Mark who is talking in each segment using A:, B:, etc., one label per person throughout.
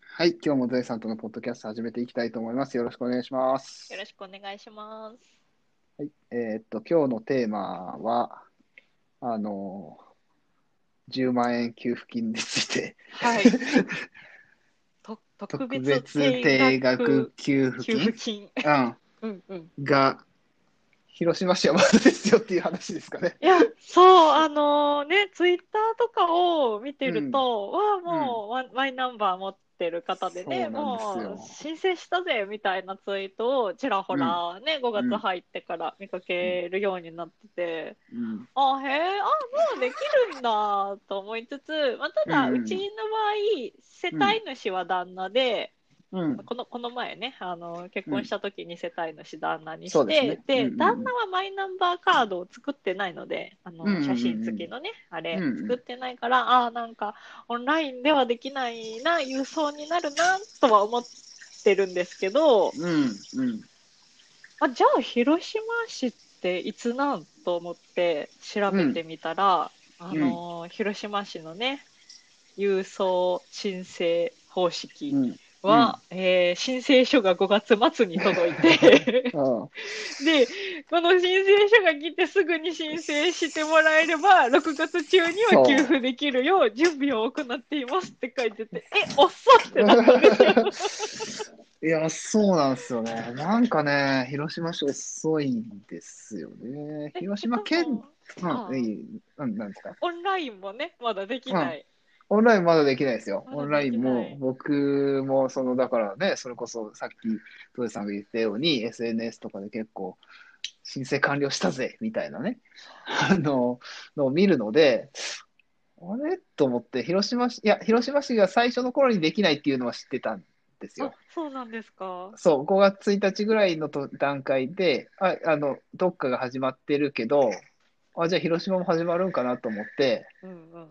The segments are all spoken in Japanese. A: はい、今日もゾエさんとのポッドキャスト始めていきたいと思います。よろしくお願いします。
B: よろしくお願いします。
A: はい、えーっと、今日のテーマは、あのー、10万円給付金について、
B: はい。 と特
A: 特
B: 別
A: 別
B: 定
A: 定
B: 額
A: 額給付
B: 給付
A: 金
B: 金。
A: うん
B: うんうん。
A: が、広島市はまだですよっていう話ですかね。
B: いや、そう、あのね、ツイッターとかを見てると、わあ、もう、ワンマイナンバー持ってる方で
A: そ
B: ね、
A: うなんですよ
B: もう、申請したぜ、みたいなツイートを、ちらほら、ね、5月入ってから見かけるようになってて、
A: うん、
B: あ、へえ、あ、もうできるんだと思いつつ、まあ、ただ、
A: うんう
B: うんちの場合、世帯主は旦那で、
A: うん、
B: この、この前ね、あの、結婚した時に世帯主旦那に
A: そう
B: し
A: です
B: て
A: ね、う
B: で、
A: んうんうん
B: 旦那はマイナンバーカードを作ってないので、あの、
A: うんうんうん
B: 写真付きのね、あれ、
A: うんうん
B: 作ってないから、ああ、なんか、オンラインではできないな、郵送になるな、とは思ってるんですけど、
A: うん、うん。
B: あ、じゃあ広島市っていつなんと思って調べてみたら、あのー広島市のね、郵送申請方式
A: うん、
B: は、えー申請書が5月末に届いて
A: ああ
B: で、この申請書が来てすぐに申請してもらえれば、6月中には給付できるよう準備を行っていますって書いてて、え、遅っってなったんですよ。
A: いや、そうなんですよね。なんかね、広島市遅いんですよね。 広島県、
B: も
A: うん、いいうんなんですか。
B: オンラインもね、まだできない。
A: オンラインまだできないですよ。
B: まだできない
A: オンラインも、僕も、その、だからね、それこそさっき、トヨさんが言ったように、SNS とかで結構、申請完了したぜ、みたいなね、あの、のを見るので、あれと思って、広島市、いや、広島市が最初の頃にできないっていうのは知ってたんですよ
B: あ。そうなんですか。
A: そう、5月1日ぐらいのと段階で、あ、あの、どっかが始まってるけど、あ、じゃあ広島も始まるんかなと思って、
B: うんうん。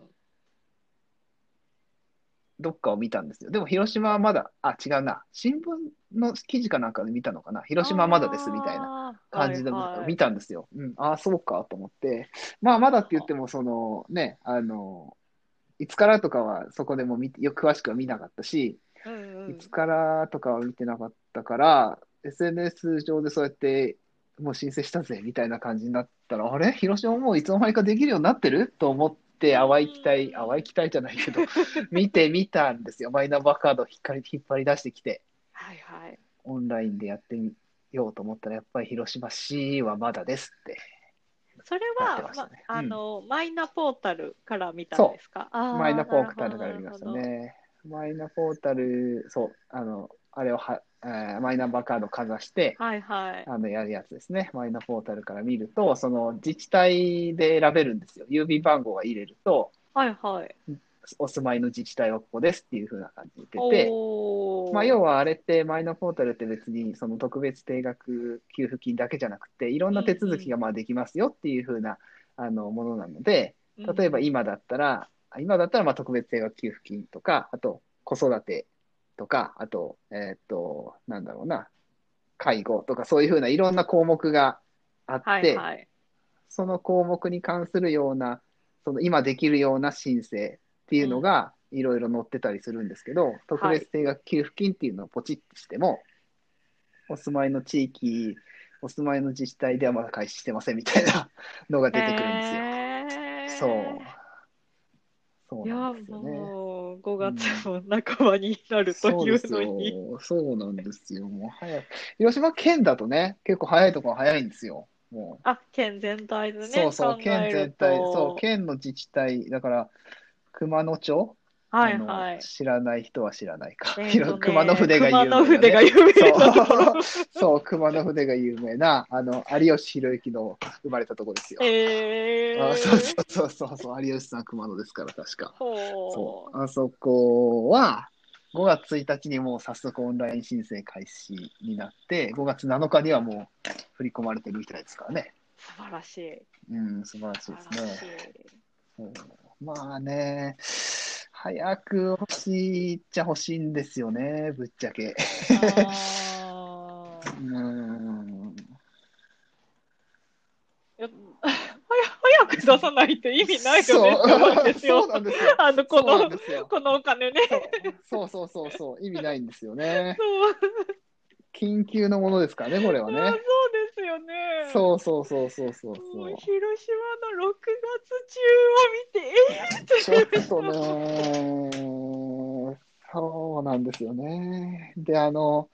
A: どっかを見たんですよ。でも広島はまだ、あ、違うな。新聞の記事かなんかで見たのかな。広島はまだですみたいな
B: な
A: 感じで見
B: た。
A: たんですよ。うん、あ、そうかと思って。まあ、まだって言っても、そのね、あの、いつからとかはそこでも見てよく詳しくは見なかったし、
B: うんうん
A: いつからとかは見てなかったから、SNS 上でそうやって、もう申請したぜみたいな感じになったら、あれ広島もういつの間にかできるようになってると思って、淡い期待、淡い期待じゃないけ ど、見てみたんですよ。マイナンバーカードを引っ張り引っ張り出してきて、
B: はいはい。
A: オンラインでやってみようと思ったら、やっぱり広島市はまだですって。
B: それ
A: なって
B: は
A: ま、した
B: ま
A: ねうん
B: あの、マイナポータルから見たんですか。あー
A: マイナポータルから見ました。
B: なる
A: ね。マイナポータル、そう、あの、あれをは、えーマイナンバーカードかざして、
B: ほどはいはい。
A: あのやるやつですね、マイナポータルから見ると、その自治体で選べるんですよ。郵便番号が入れると、
B: はいはい。
A: お住まいの自治体はここですっていう風な感じで出て、
B: おー
A: まあ、要はあれって、マイナポータルって別にその特別定額給付金だけじゃなくて、いろんな手続きがまあできますよっていう風なあのものなので、例えば
B: うん
A: 今だったら、今だったらまあ特別定額給付金とか、あと子育てとか、あと、えーっと、なんだろうな、介護とか、そういうふうないろんな項目があって、
B: はいはい。
A: その項目に関するような、その今できるような申請っていうのが、いろいろ載ってたりするんですけど、特別定額給付金っていうのをポチッとしても、お住まいの地域、お住まいの自治体ではまだ開始してませんみたいなのが出てくるんですよ。
B: です
A: そう。そう
B: いや、
A: なんですよね。
B: もう、5月も半ばになる
A: そ
B: と
A: う
B: い
A: で
B: う
A: す
B: のに。
A: よ。そうなんですよ。もう早く。広島県だとね、結構早いとこは早いんですよ。も
B: あ、県全体で
A: う。
B: ね、
A: そうそう、
B: 考
A: 県
B: え
A: 全
B: る
A: 体、
B: と
A: そう、県の自治体、だから、熊野町、
B: はい
A: あの
B: はい。
A: 知らない人は知らないか。
B: えーと
A: 広
B: ね
A: 熊野筆が有名
B: 熊
A: な
B: 野
A: ね、
B: 筆が有名なところ。
A: そう、熊野筆が有名な、あの、有吉弘行の生まれたとこですよ。
B: えー、
A: あそうそうそうそうそう、有吉さん熊野ですから、確か。
B: ほ。
A: そうう、あそこは5月1日にもう早速オンライン申請開始になって、5月7日にはもう振り込まれてるみたいですからね。
B: 素晴らしい。
A: うん、素晴らし
B: 素
A: い
B: 晴
A: で
B: らし
A: す
B: い
A: ね。。うんまあね、早く欲しいっちゃ欲しいんですよね、ぶっちゃけ。
B: あー
A: うん。
B: いや 早早く出さないと意味ないよねって思うんです
A: そうそう
B: よ。
A: なんですよ。
B: あの、こ
A: そうなん
B: の、
A: ですよ。
B: このお金ね。
A: そうそうそうそう、意味ないんですよね。
B: そう、
A: 緊急のものですからね、これは
B: あそう
A: ね。
B: ですよね。
A: そうそうそうそうそう
B: もう
A: そう。
B: 広島の6
A: ちょって
B: 月中を見、えー
A: とね、そうなんですよね。で、あの、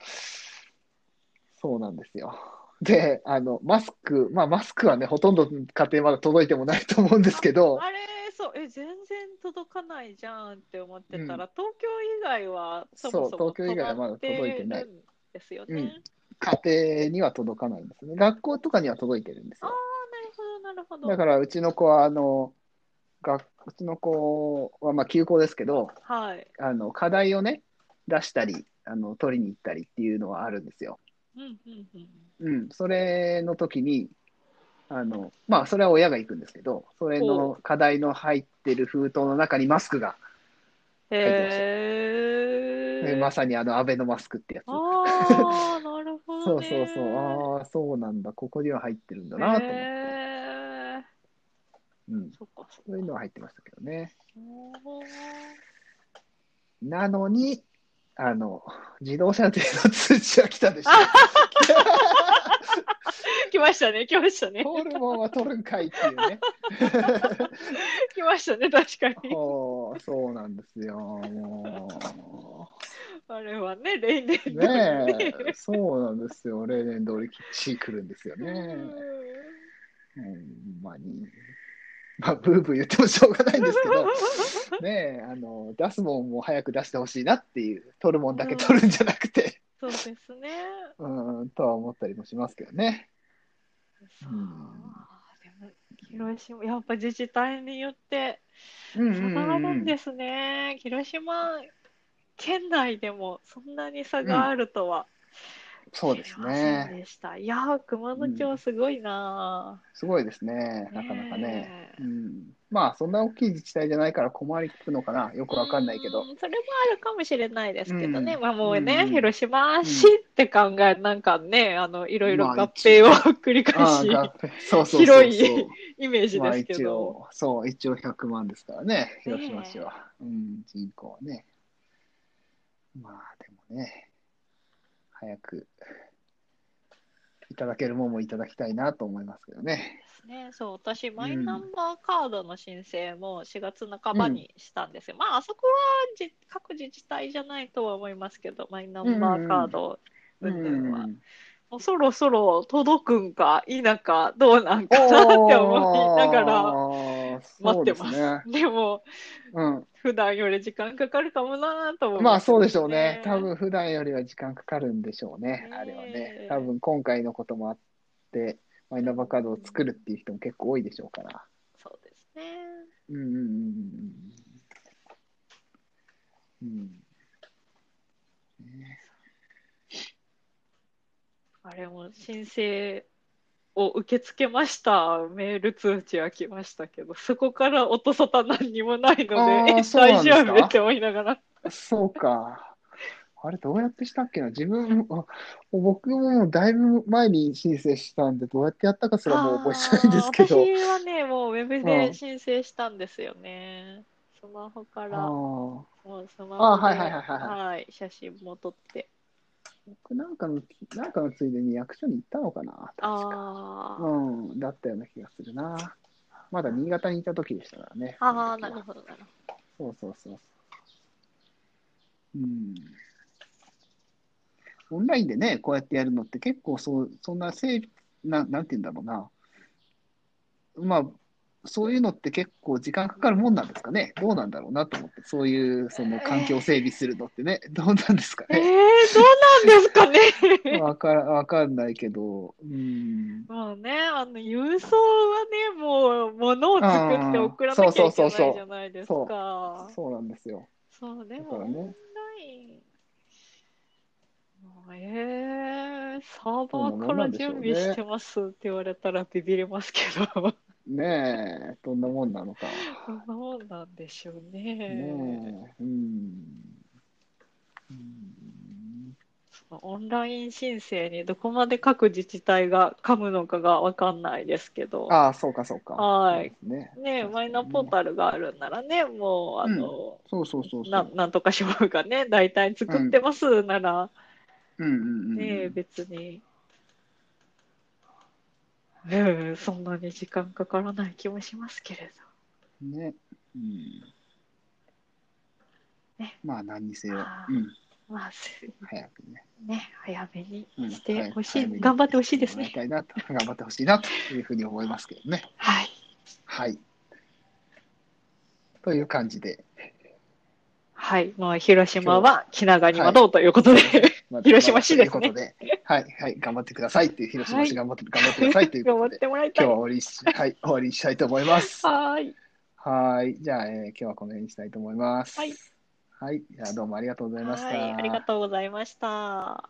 A: そうなんですよ。で、あの、マスク、まあ、マスクはね、ほとんど家庭まだ届いてもないと思うんですけど、
B: あれそうえ全然届かないじゃんって思ってたら、
A: う
B: 東京以外はそも
A: そ
B: そも
A: う東京以外はまだ届いてない
B: 止まってるんですよね。
A: うん家庭には届かないんですね。学校とかには届いてるんですよ。
B: あなるほどな
A: だ
B: るほど。
A: から、うちの子は、あの、学うちの子は、まあ、休校ですけど、
B: はい。
A: あの、課題をね、出したり、あの、取りに行ったりっていうのはあるんですよ。
B: うんうんうん。
A: うん、それの時に、あの、まあ、それは親が行くんですけど、それ
B: ほ
A: の課題の入ってる封筒の中にマスクが、
B: へえ。
A: まさにあの、アベノマスクってやつ。
B: ああなるほ
A: そ
B: ど
A: う
B: ね。
A: そうそう、ああ、そうなんだ、ここには入ってるんだなと思って、
B: へえ。
A: うん、
B: そっかそっか。
A: そういうのは入ってましたけどね。
B: おー
A: なのに、あの、自動車での通知が来たでしょ。
B: 来ましたね来ましたね
A: ホルモンは取るんかいっていうね。
B: 来ましたね確かに。
A: ほうそうなんですよ、もう。
B: あれはね例年 通り
A: ねえ、そうなんですよ。例年通りきっちり来るんですよね。ほんまに。まあ、ブーブー言ってもしょうがないんですけど、ねえ、あの、出すもんも早く出してほしいなっていう、取るもんだけ取るんじゃなく て、
B: そうですね。
A: うん、とは思ったりもしますけどね。
B: そううんでも広島やっぱ自治体によって
A: うん
B: 差
A: うん
B: があるん
A: うん
B: ですね。広島県内でもそんなに差があるとは
A: そうです
B: 知りません
A: ね。
B: でした。いやー熊野町すごいな
A: すごいですね
B: ー、。
A: なかなかね。
B: え
A: うん、まあ、そんな大きい自治体じゃないから困りきくのかな。よくわかんないけど。
B: うんそれもあるかもしれないですけどね、
A: うん
B: まあもうね、
A: うん
B: 広島市って考え、なんかね、あのいろいろ
A: まあ
B: 合併を
A: 一
B: 繰り返
A: ああ
B: し、
A: がそうそうそうそう。
B: 広い イメージ
A: まあ
B: ですけ
A: 一
B: ど、
A: 応、そう、一応100万ですからね、広島
B: ねえ
A: 市は。うん、人口はね。まあでもね、早くいただけるもんもいただきたいなと思いますけどね。
B: ね、そう私、マイナンバーカードの申請も4月半ばにしたんですよ、まああそこはじ各自治体じゃないとは思いますけど、マイナンバーカード
A: う
B: 云々は、
A: ん。
B: もうそろそろ届くんか、否か、どうなんかなって思いながら、
A: ら
B: 待ってま
A: ね。
B: すでも、
A: うん。
B: 普段より時間かかるかもなと思い
A: まあ
B: すよ
A: そうでしょうね。多分普段よりは時間かかるんでしょうね
B: ね。え
A: あれはね。多分今回のこともあって、マイナンバーカードを作るっていう人も結構多いでしょうから。
B: そうですね。
A: うんうんうんうんうんうん。ね
B: あれも申請を受け付けました。メール通知は来ましたけど、そこから音沙汰何にもない
A: あ
B: ので、
A: ー
B: え、
A: そうなん
B: 大
A: ですか
B: 丈夫って思いながら。
A: そうか。あれどうやってしたっけな自分、あ僕もだいぶ前に申請したんで、どうやってやったかすらもう覚えてないんですけ
B: あ
A: ど
B: ー。私はね、もうウェブ
A: う
B: で
A: ん
B: 申請したんですよね。スマホから、も
A: ああ
B: うスマホ
A: あーはい
B: で、
A: はいはいはい
B: はい、写真も撮って。
A: 僕なんかの、なんかのついでに役所に行ったのかな確か。
B: あー
A: うん、だったような気がするな。まだ新潟にいた時でしたからね。
B: あー、な
A: その時は
B: るほど、なるほ
A: そ
B: ど。
A: うそうそうそう。うん。オンラインでね、こうやってやるのって結構そう、そんな整理、ななんて言うんだろうな。まあ、そういうのって結構時間かかるもんなんですかね。どうなんだろうなと思って、そういうその環境整備するのってね、どうなんですか
B: えー、
A: ね。
B: どうなんですかね。
A: わからわかんないけど、うん。
B: まあね、あの郵送はね、もう物を作って送らなきゃいけないじゃないです
A: そうそう
B: か。
A: そうなんですよ。
B: そう、で
A: だか
B: も
A: ら
B: オ
A: ね
B: ンライン。まあえー、サーバーから準備してますって言われたらビビりますけ ど、
A: ねえ、どんなもんなのか。
B: そんなもんなんでしょう
A: ねえ
B: ね。、
A: うん。うん
B: そオンライン申請にどこまで各自治体が噛むのかがわかんないですけど、
A: ああ、そうか、そうか。
B: はい
A: そうですね。
B: ね、マイナポー
A: ル。
B: タルがあるんならね、もう、あの、
A: そうそうそうそ
B: な
A: う。
B: なんとか賞がね、大体作ってますなら、
A: うんうんうん。
B: ね、別に、うん、そんなに時間かからない気もしますけれ
A: ね。うん。
B: ね
A: まあ、何にせよ、
B: あ
A: う
B: ー
A: ん、
B: ど、まあ、す
A: 早くね。
B: ね、早めに
A: うん
B: してほし
A: 早
B: い、
A: く早めに
B: 頑張ってほしいです
A: や
B: ね
A: り。たいなと、頑張ってほしいなというふうに思いますけどね。
B: はい。
A: はい。という感じで、
B: はい。まあ、広島は気長に待とうということで、
A: まあ
B: 広島市ですね
A: ということで、はい、はい、頑張ってくださいっていう、広島市
B: はい
A: 頑張って、頑張ってくださいという
B: 頑張
A: こ
B: っ
A: とで、
B: てもらいた
A: 今日
B: い。
A: は終わりにし、はい、終わりにしたいと思います。
B: はーい。
A: はい。じゃあ、えー今日はこの辺にしたいと思います。
B: はい。
A: はい。じゃあ、どうもありがとうございました。
B: はい。ありがとうございました。